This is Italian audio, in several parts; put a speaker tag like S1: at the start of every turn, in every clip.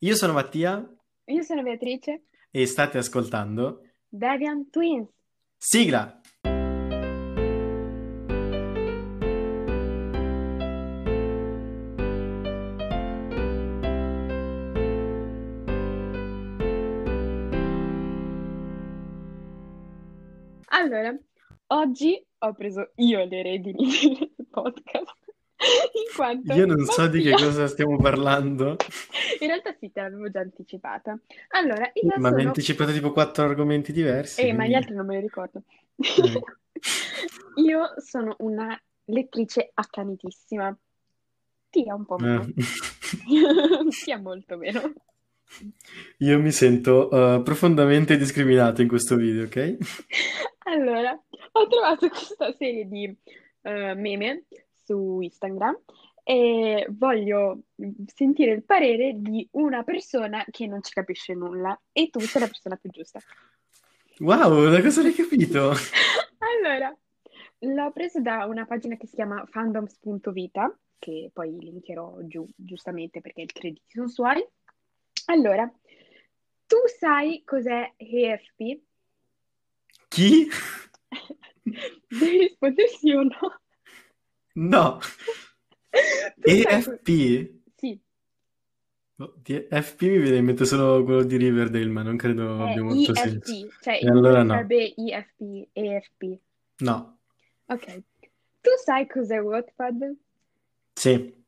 S1: Io sono Mattia
S2: Io sono Beatrice,
S1: e state ascoltando
S2: Deviant Twins.
S1: Sigla!
S2: Allora, oggi ho preso io le redini del podcast, in quanto
S1: Io non so di che
S2: Mattia-
S1: cosa stiamo parlando,
S2: In realtà sì, te l'avevo già anticipata. Allora, io
S1: ma mi hai
S2: sono...
S1: anticipato tipo quattro argomenti diversi.
S2: Eh, ma
S1: quindi-
S2: gli altri non me li ricordo.
S1: Ecco.
S2: Io sono una lettrice accanitissima. Ti è un po' meno.
S1: Eh. Ah.
S2: Ti è molto meno.
S1: Io mi sento eh, profondamente discriminato in questo video, ok?
S2: Allora, ho trovato questa serie di eh, meme su Instagram e voglio sentire il parere di una persona che non ci capisce nulla e tu sei la persona più giusta.
S1: Wow, da cosa l'hai capito?
S2: Allora, l'ho preso da una pagina che si chiama fandoms.vita, che poi linkerò giù, giustamente perché i crediti sono suoi. Allora, tu sai cos'è EFP?
S1: Chi?
S2: Devi rispondere sì o no.
S1: No,
S2: Tu sai co-
S1: EFP?
S2: Sì,
S1: Oddio, FP mi viene in mente solo quello di Riverdale, ma non credo
S2: è
S1: abbia molto
S2: EFP,
S1: senso.
S2: cioè
S1: E allora no.
S2: sarebbe EFP, EFP.
S1: No,
S2: Ok. Tu sai cos'è Wattpad?
S1: sì.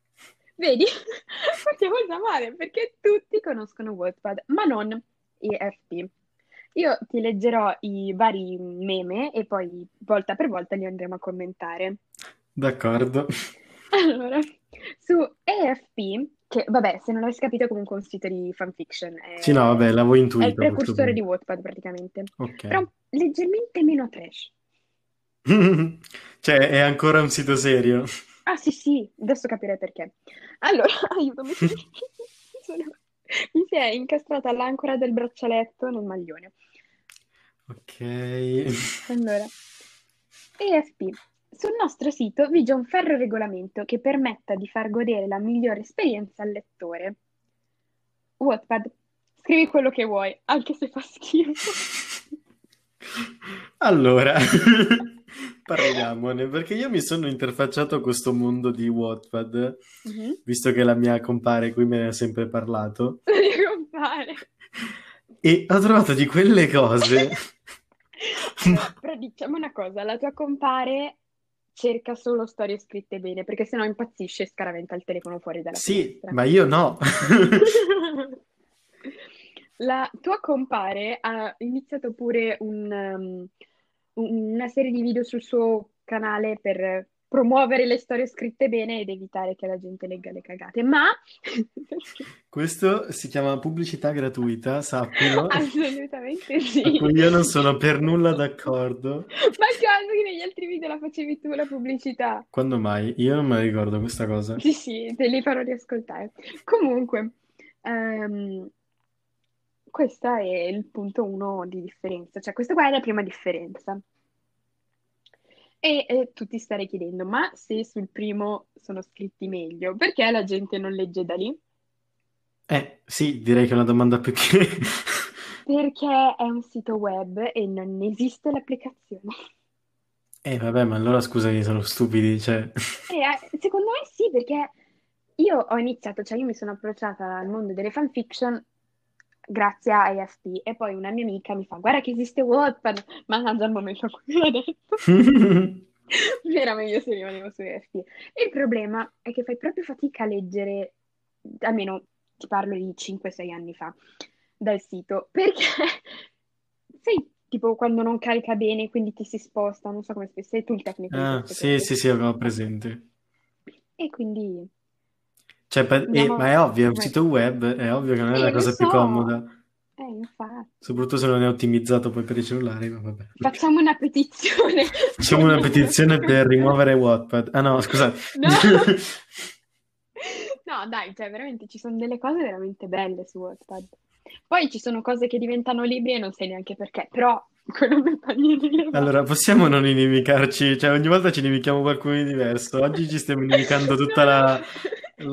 S2: Vedi? Partiamo da male perché tutti conoscono Wattpad, ma non EFP. Io ti leggerò i vari meme e poi volta per volta li andremo a commentare.
S1: D'accordo.
S2: Eh, Allora, su EFP, che vabbè, se non l'avessi capito, è comunque un sito di fanfiction. È,
S1: Sì, no, vabbè, l'avevo
S2: è
S1: intuito.
S2: il
S1: a questo
S2: precursore di
S1: punto.
S2: Wattpad praticamente,
S1: Ok.
S2: però leggermente meno trash.
S1: Cioè, è ancora un sito serio.
S2: Ah sì sì, adesso capirei perché. Allora, aiutami. Sono- Mi si è incastrata l'ancora del braccialetto nel maglione.
S1: Ok.
S2: Allora, EFP. Sul nostro sito vige un ferro regolamento che permetta di far godere la migliore esperienza al lettore. Wattpad, scrivi quello che vuoi, anche se fa schifo.
S1: Allora, parliamone, perché io mi sono interfacciato a questo mondo di Wattpad,
S2: Mhm.
S1: visto che la mia compare qui me ne ha sempre parlato,
S2: Devo fare.
S1: e ho trovato di quelle cose.
S2: Allora, però diciamo una cosa, la tua compare cerca solo storie scritte bene, perché sennò impazzisce e scaraventa il telefono fuori dalla
S1: Sì,
S2: finestra.
S1: ma io no.
S2: La tua compare ha iniziato pure un, um, una serie di video sul suo canale per promuovere le storie scritte bene ed evitare che la gente legga le cagate, ma
S1: Questo si chiama pubblicità gratuita, sappilo,
S2: Ah, assolutamente
S1: a
S2: sì.
S1: cui Ecco, io non sono per nulla d'accordo.
S2: Ma caso che negli altri video la facevi tu la pubblicità?
S1: Quando mai? Io non me la ricordo questa cosa.
S2: Sì, sì, te li farò riascoltare. Comunque, ehm, questo è il punto uno di differenza, cioè questa qua è la prima differenza. E eh, tu ti starei chiedendo, ma se sul primo sono scritti meglio, perché la gente non legge da lì?
S1: Eh, sì, direi che è una domanda più che...
S2: Perché è un sito web e non esiste l'applicazione.
S1: Eh, vabbè, ma allora scusami, sono stupidi, cioè...
S2: Eh, eh, secondo me sì, perché io ho iniziato, cioè io mi sono approcciata al mondo delle fanfiction grazie a IFP e poi una mia amica mi fa guarda che esiste Wattpad, mannaggia al momento in cui me l'ha detto, era meglio se rimanevo su IFP. Il problema è che fai proprio fatica a leggere, almeno ti parlo di 5-6 anni fa, dal sito, perché sai tipo quando non carica bene, quindi ti si sposta, non so come spiegare, sei tu il tecnico di
S1: Ah,
S2: queste
S1: sì,
S2: cose.
S1: sì, sì, avevo presente.
S2: E quindi...
S1: Cioè, per- eh,
S2: Andiamo-
S1: ma è ovvio, è un
S2: vai.
S1: sito web, è ovvio che non è
S2: Eh,
S1: la
S2: lo
S1: cosa più
S2: so.
S1: comoda,
S2: Eh, infatti.
S1: soprattutto se non è ottimizzato poi per i cellulari, ma vabbè.
S2: Facciamo una petizione.
S1: Facciamo una petizione per rimuovere Wattpad. Ah no, scusate.
S2: No. No, dai, cioè veramente ci sono delle cose veramente belle su Wattpad. Poi ci sono cose che diventano libri e non sai neanche perché, però quello non fa niente di male.
S1: Allora, possiamo non inimicarci? Cioè, ogni volta ci inimichiamo qualcuno di diverso. Oggi ci stiamo inimicando tutta
S2: No,
S1: la,
S2: no.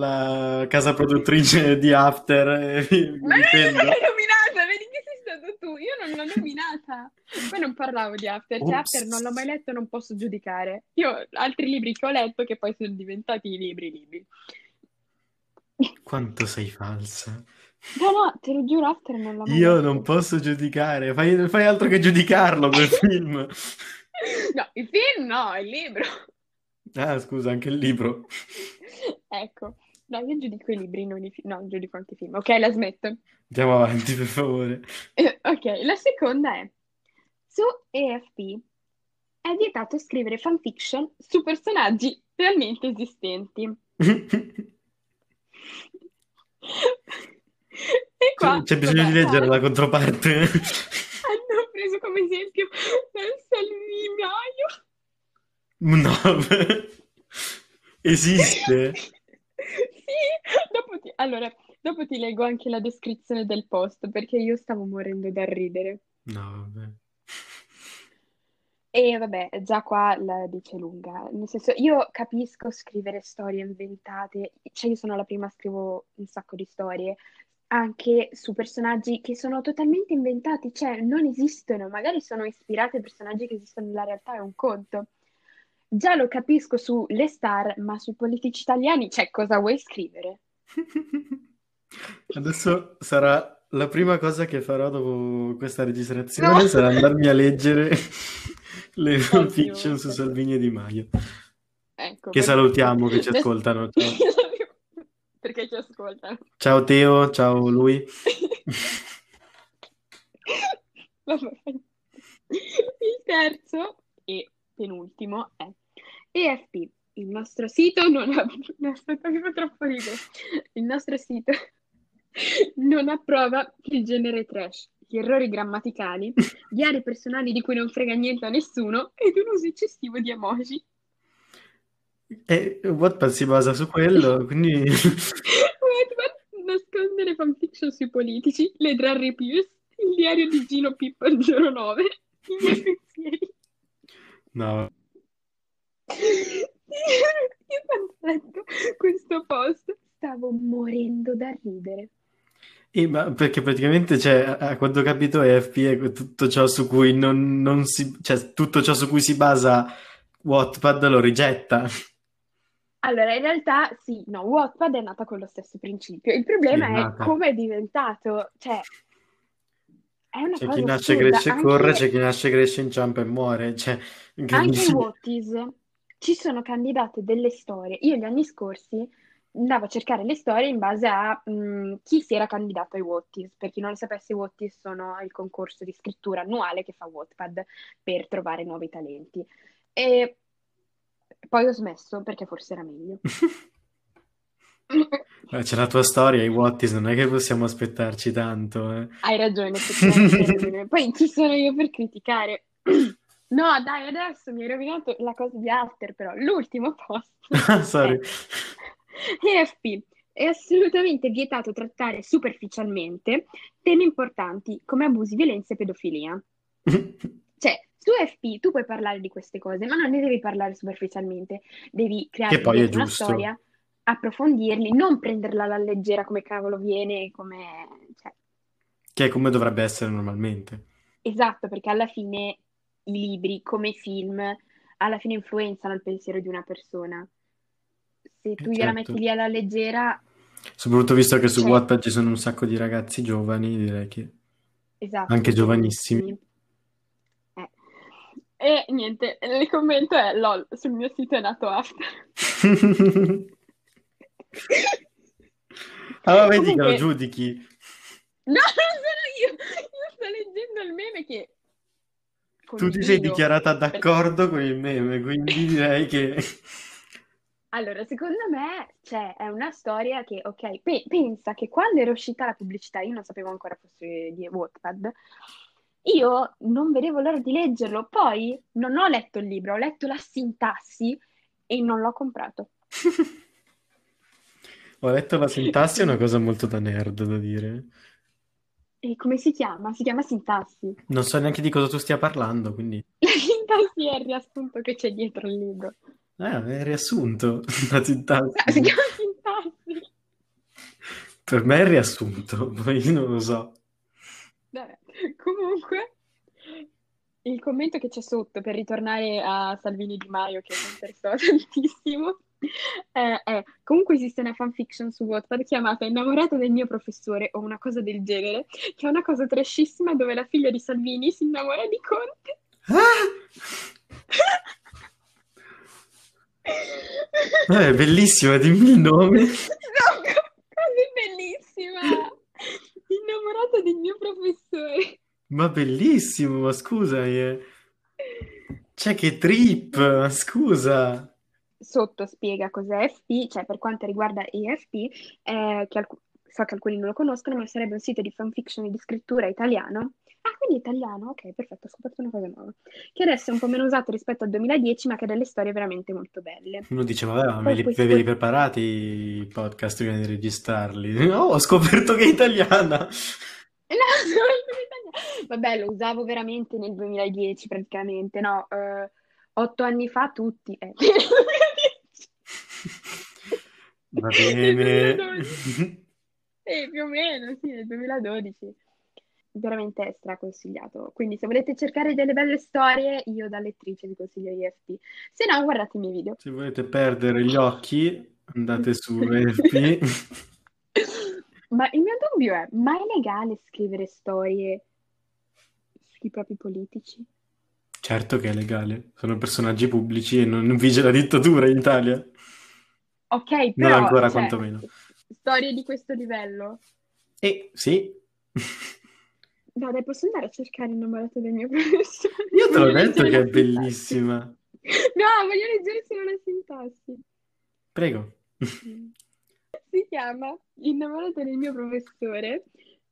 S1: la casa produttrice di After eh, e vi-
S2: Ma
S1: vi
S2: non l'hai
S1: prendo.
S2: nominata, vedi che sei stato tu, io non l'ho nominata. Poi non parlavo di After, cioè
S1: Ops.
S2: After non l'ho mai letto, non posso giudicare. Io altri libri che ho letto che poi sono diventati libri libri.
S1: Quanto sei falsa.
S2: No, no, te lo giuro, After non l'ho mai
S1: Io
S2: letto.
S1: non posso giudicare, fai, fai altro che giudicarlo quel film.
S2: No, il film no, il libro.
S1: Ah, scusa, anche il libro.
S2: Ecco, no, io giudico i libri, non i film. No, giudico anche i film. Ok, la smetto.
S1: Andiamo avanti, per favore.
S2: Eh, ok, la seconda è: su AFP è vietato scrivere fanfiction su personaggi realmente esistenti. E qua,
S1: C'è c'è bisogno di
S2: vabbè,
S1: leggere
S2: dai,
S1: la controparte.
S2: hanno preso come esempio Salvini Maio.
S1: No, esiste?
S2: Sì, dopo ti- allora, dopo ti leggo anche la descrizione del post perché io stavo morendo dal ridere.
S1: No, vabbè.
S2: E vabbè, già qua la dice lunga. Nel senso, io capisco scrivere storie inventate, cioè io sono la prima, scrivo un sacco di storie, anche su personaggi che sono totalmente inventati, cioè non esistono, magari sono ispirate a personaggi che esistono nella realtà, è un conto. Già lo capisco sulle star, ma sui politici italiani, cioè cosa vuoi scrivere?
S1: Adesso sarà la prima cosa che farò dopo questa registrazione,
S2: No.
S1: sarà andarmi a leggere le fanfiction su
S2: Oddio.
S1: Salvini e Di Maio.
S2: Ecco,
S1: Che
S2: perché-
S1: salutiamo, che ci
S2: Adesso-
S1: ascoltano. Ciao,
S2: Perché ci ascoltano.
S1: Ciao Teo, ciao lui.
S2: Vabbè. Il terzo e penultimo è EFP. Il nostro sito non ha... no, Aspetta, mi fa troppo ridere. Il nostro sito non approva il genere trash, gli errori grammaticali, gli aree personali di cui non frega niente a nessuno ed un uso eccessivo di emoji.
S1: E Wattpad si basa su quello, quindi
S2: Wattpad, Nascondere fanfiction sui politici, le Drarry Pierce, il diario di Gino Pippo al 09, i miei pensieri.
S1: no.
S2: Io quando ho letto questo post stavo morendo da ridere.
S1: E Eh, ma perché praticamente cioè, a, a quanto ho capito EFP è tutto ciò su cui non, non si, cioè, tutto ciò su cui si basa Wattpad lo rigetta.
S2: Allora, in realtà sì, no, Wattpad è nata con lo stesso principio. Il problema
S1: Sì, è
S2: è
S1: nata.
S2: come è diventato, cioè, è una
S1: C'è
S2: cosa
S1: chi nasce,
S2: assurda.
S1: cresce e
S2: Anche-
S1: corre, c'è chi nasce, cresce, inciampa e muore. Cioè,
S2: Anche i
S1: incredibile.
S2: Wattis ci sono candidate delle storie. Io gli anni scorsi andavo a cercare le storie in base a mh, chi si era candidato ai Wattis. Per chi non lo sapesse, i Wattis sono il concorso di scrittura annuale che fa Wattpad per trovare nuovi talenti. E poi ho smesso perché forse era meglio.
S1: Eh, C'è la tua storia, i Wattis, non è che possiamo aspettarci tanto. eh.
S2: Hai ragione, effettivamente hai ragione. Poi chi sono io per criticare? No, dai, adesso mi hai rovinato la cosa di After, però l'ultimo posto.
S1: Ah, Sorry.
S2: EFP. È assolutamente vietato trattare superficialmente temi importanti come abusi, violenza e pedofilia. Cioè, su EFP tu puoi parlare di queste cose, ma non ne devi parlare superficialmente. Devi creare
S1: Che poi è
S2: dietro una
S1: giusto.
S2: storia, approfondirli, non prenderla alla leggera come cavolo viene, come... cioè,
S1: Che è come dovrebbe essere normalmente.
S2: Esatto, perché alla fine i libri, come i film, alla fine influenzano il pensiero di una persona. Se
S1: Eh,
S2: tu gliela
S1: certo.
S2: metti lì alla leggera,
S1: Soprattutto visto che su
S2: Cioè-
S1: Wattpad ci sono un sacco di ragazzi giovani, direi che...
S2: Esatto,
S1: Anche giovanissimi.
S2: Eh. E niente, il commento è LOL, sul mio sito è nato After.
S1: Allora vedi che
S2: Comunque-
S1: lo giudichi.
S2: No, non sono io! Io sto leggendo il meme che...
S1: Tu ti sei
S2: condivido.
S1: dichiarata d'accordo con il meme, quindi direi che...
S2: Allora, secondo me, cioè, è una storia che, ok, pe- pensa che quando era uscita la pubblicità, io non sapevo ancora fosse di Wattpad, io non vedevo l'ora di leggerlo, poi non ho letto il libro, ho letto la sintassi e non l'ho comprato.
S1: Ho letto la sintassi, è una cosa molto da nerd da dire.
S2: E come si chiama? Si chiama sintassi.
S1: Non so neanche di cosa tu stia parlando, quindi...
S2: La sintassi è il riassunto che c'è dietro il libro.
S1: Ah, è riassunto. La
S2: Ah, Si
S1: sintassi.
S2: chiama sintassi.
S1: Per me è riassunto, poi io non lo so.
S2: Vabbè, Comunque, il commento che c'è sotto per ritornare a Salvini Di Maio, che mi interessava tantissimo, eh, è comunque esiste una fanfiction su Wattpad chiamata Innamorata del mio professore o una cosa del genere, che è una cosa trashissima dove la figlia di Salvini si innamora di Conte.
S1: Ah! Vabbè, è bellissima, dimmi il nome.
S2: No, cosa bellissima! Innamorata del mio professore.
S1: Ma bellissimo, ma scusa, eh. Cioè che trip, ma scusa.
S2: sotto spiega cos'è FP, cioè per quanto riguarda EFP, eh, che alc- so che alcuni non lo conoscono, ma sarebbe un sito di fanfiction e di scrittura italiano. Ah, quindi italiano? Ok, perfetto, ho scoperto una cosa nuova. Che adesso è un po' meno usato rispetto al 2010, ma che ha delle storie veramente molto belle.
S1: Uno diceva, vabbè, ma
S2: Poi
S1: me li,
S2: questo-
S1: ve li preparati i podcast prima di registrarli? No, ho scoperto che è italiana.
S2: Eh, no, sono italiano. Vabbè, lo usavo veramente nel 2010 praticamente, no, eh, otto anni fa tutti. eh.
S1: Va
S2: Nel
S1: bene.
S2: 2012. Sì, più o meno, sì, nel 2012. Veramente è straconsigliato. Quindi se volete cercare delle belle storie, io da lettrice vi consiglio EFP. Se no, guardate i miei video.
S1: Se volete perdere gli occhi, andate su FP.
S2: Ma il mio dubbio è, ma è legale scrivere storie sui propri politici?
S1: Certo che è legale, sono personaggi pubblici e non vige la dittatura in Italia.
S2: Ok,
S1: Non
S2: però,
S1: ancora,
S2: cioè,
S1: quantomeno.
S2: storie di questo livello.
S1: E Eh, sì,
S2: No, dai, posso andare a cercare il numerato del mio professore?
S1: io te l'ho
S2: Voglio
S1: detto
S2: leggere
S1: che è
S2: la sintassi.
S1: bellissima.
S2: No, voglio leggere solo la sintassi.
S1: Prego.
S2: Si chiama Innamorato del mio professore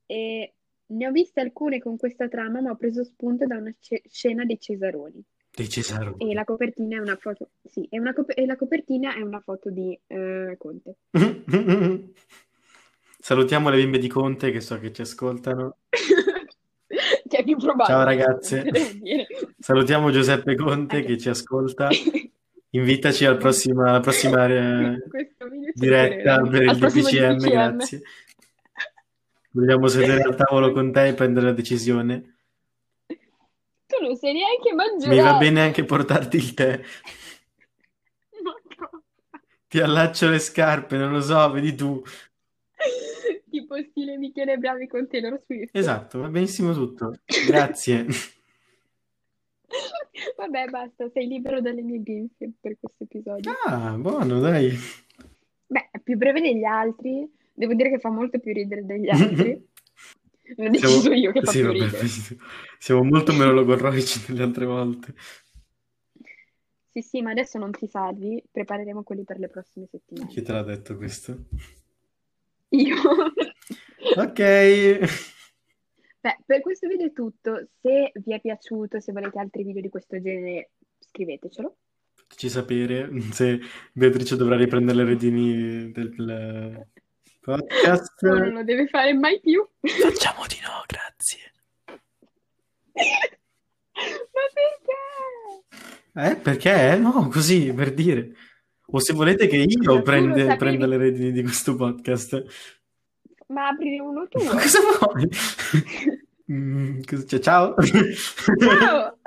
S2: e ne ho viste alcune con questa trama, ma ho preso spunto da una ce- scena dei Cesaroni.
S1: Dei Cesaroni.
S2: E la copertina è una foto, sì, è una cop- e la copertina è una foto di eh, Conte.
S1: Salutiamo le bimbe di Conte che so che ci ascoltano.
S2: Che è più probabile.
S1: Ciao ragazze.
S2: devo dire.
S1: Salutiamo Giuseppe Conte che ci ascolta. Invitaci al prossima- alla prossima, eh,
S2: Questo video ci
S1: diretta
S2: tornerà.
S1: per il
S2: Al prossimo
S1: DPCM,
S2: DPCM.
S1: grazie. Vogliamo sedere al tavolo con te e prendere la decisione.
S2: Tu non sei neanche mangiato.
S1: Mi va bene anche portarti il tè. Ti allaccio le scarpe, non lo so, vedi tu.
S2: Tipo stile Michele Bravi con Taylor Swift.
S1: Esatto, va benissimo tutto. Grazie.
S2: Vabbè, basta, sei libero dalle mie grinfie per questo episodio.
S1: Ah, buono, dai.
S2: Beh, è più breve degli altri. Devo dire che fa molto più ridere degli altri. L'ho deciso
S1: Siamo-
S2: io che fa
S1: sì,
S2: più
S1: vabbè,
S2: ridere.
S1: siamo molto meno logorroici delle altre volte.
S2: Sì, sì, ma adesso non ti salvi. Prepareremo quelli per le prossime settimane.
S1: Chi te l'ha detto questo?
S2: Io.
S1: Ok.
S2: Beh, per questo video è tutto. Se vi è piaciuto, se volete altri video di questo genere, scrivetecelo.
S1: Fateci sapere se Beatrice dovrà riprendere le redini del podcast.
S2: No, non lo deve fare mai più.
S1: Facciamo di no, grazie.
S2: Ma perché?
S1: Eh, perché? No, così, per dire. O se volete che
S2: Ma tu
S1: io
S2: lo
S1: prende-
S2: sapevi?
S1: prenda le redini di questo podcast.
S2: Ma aprire uno tuo.
S1: Ma cosa vuoi? Mm, cosa- cioè, ciao.
S2: Ciao!